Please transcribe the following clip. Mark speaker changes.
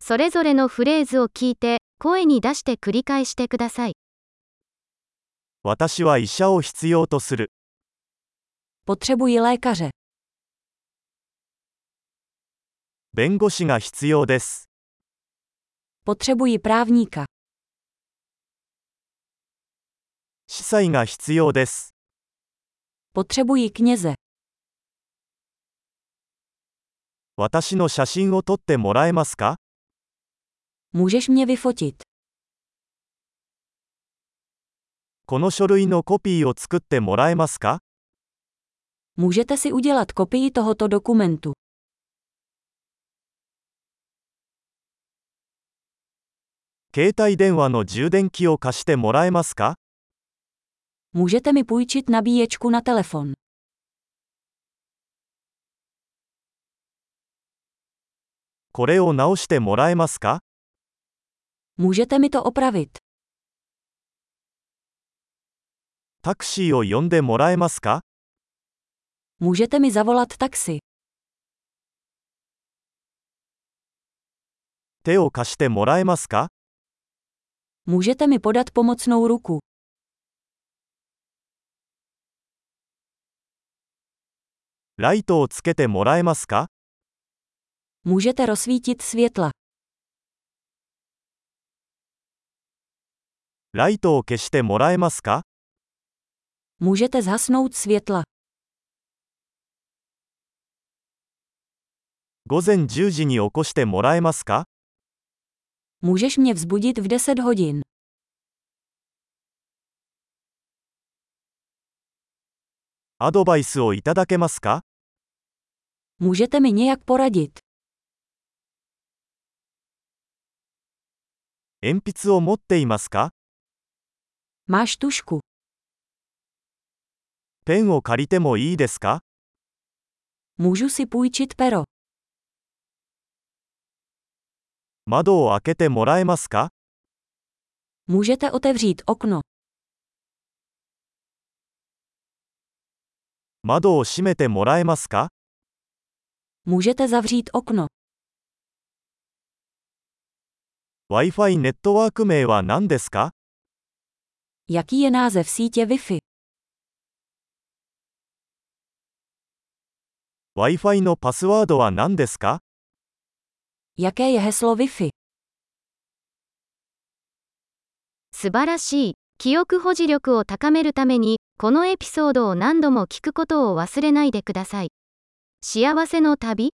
Speaker 1: それぞれのフレーズを聞いて、声に出して繰り返してください。
Speaker 2: 私は医者を必要とする。
Speaker 3: Potřebuji lékaře.
Speaker 2: 弁護士が必要です。
Speaker 3: Potřebuji právníka.
Speaker 2: 司祭が必要です。
Speaker 3: Potřebuji kněze.
Speaker 2: 私の写真を撮ってもらえますか
Speaker 3: Můžeš mě vyfotit.
Speaker 2: この書類のコピーを作ってもらえますか
Speaker 3: Můžete si udělat kopii tohoto dokumentu.
Speaker 2: 携帯電話の充電器を貸してもらえますか
Speaker 3: Můžete mi půjčit nabíječku na telefon.
Speaker 2: これを直してもらえますか
Speaker 3: Můžete mi to opravit.
Speaker 2: タクシーを呼んでもらえますか
Speaker 3: Můžete mi zavolat taxi.
Speaker 2: 手を貸してもらえますか
Speaker 3: Můžete mi podat pomocnou ruku.
Speaker 2: ライトをつけてもらえますか
Speaker 3: Můžete rozsvítit světla.
Speaker 2: ライトを消してもらえますか
Speaker 3: Můžete zhasnout světla.
Speaker 2: 午前10時に起こしてもらえますか
Speaker 3: Můžeš mě vzbudit v 10 hodin.
Speaker 2: アドバイスをいただけますか
Speaker 3: Můžete mi nějak poradit.
Speaker 2: 鉛筆を持っていますか
Speaker 3: Máš tušku.
Speaker 2: ペンを借りてもいいですか
Speaker 3: Můžu si půjčit pero.
Speaker 2: 窓を開けてもらえますか
Speaker 3: Můžete otevřít okno.
Speaker 2: 窓を閉めてもらえますか
Speaker 3: Můžete zavřít okno.
Speaker 2: Wi-Fi ネットワーク名は何ですか
Speaker 3: Jaký je název sítě Wi-Fi?
Speaker 2: Wi-Fi のパスワードは何ですか
Speaker 3: Jaké je heslo Wi-Fi?
Speaker 1: 素晴らしい。記憶保持力を高めるために、このエピソードを何度も聞くことを忘れないでください。幸せの旅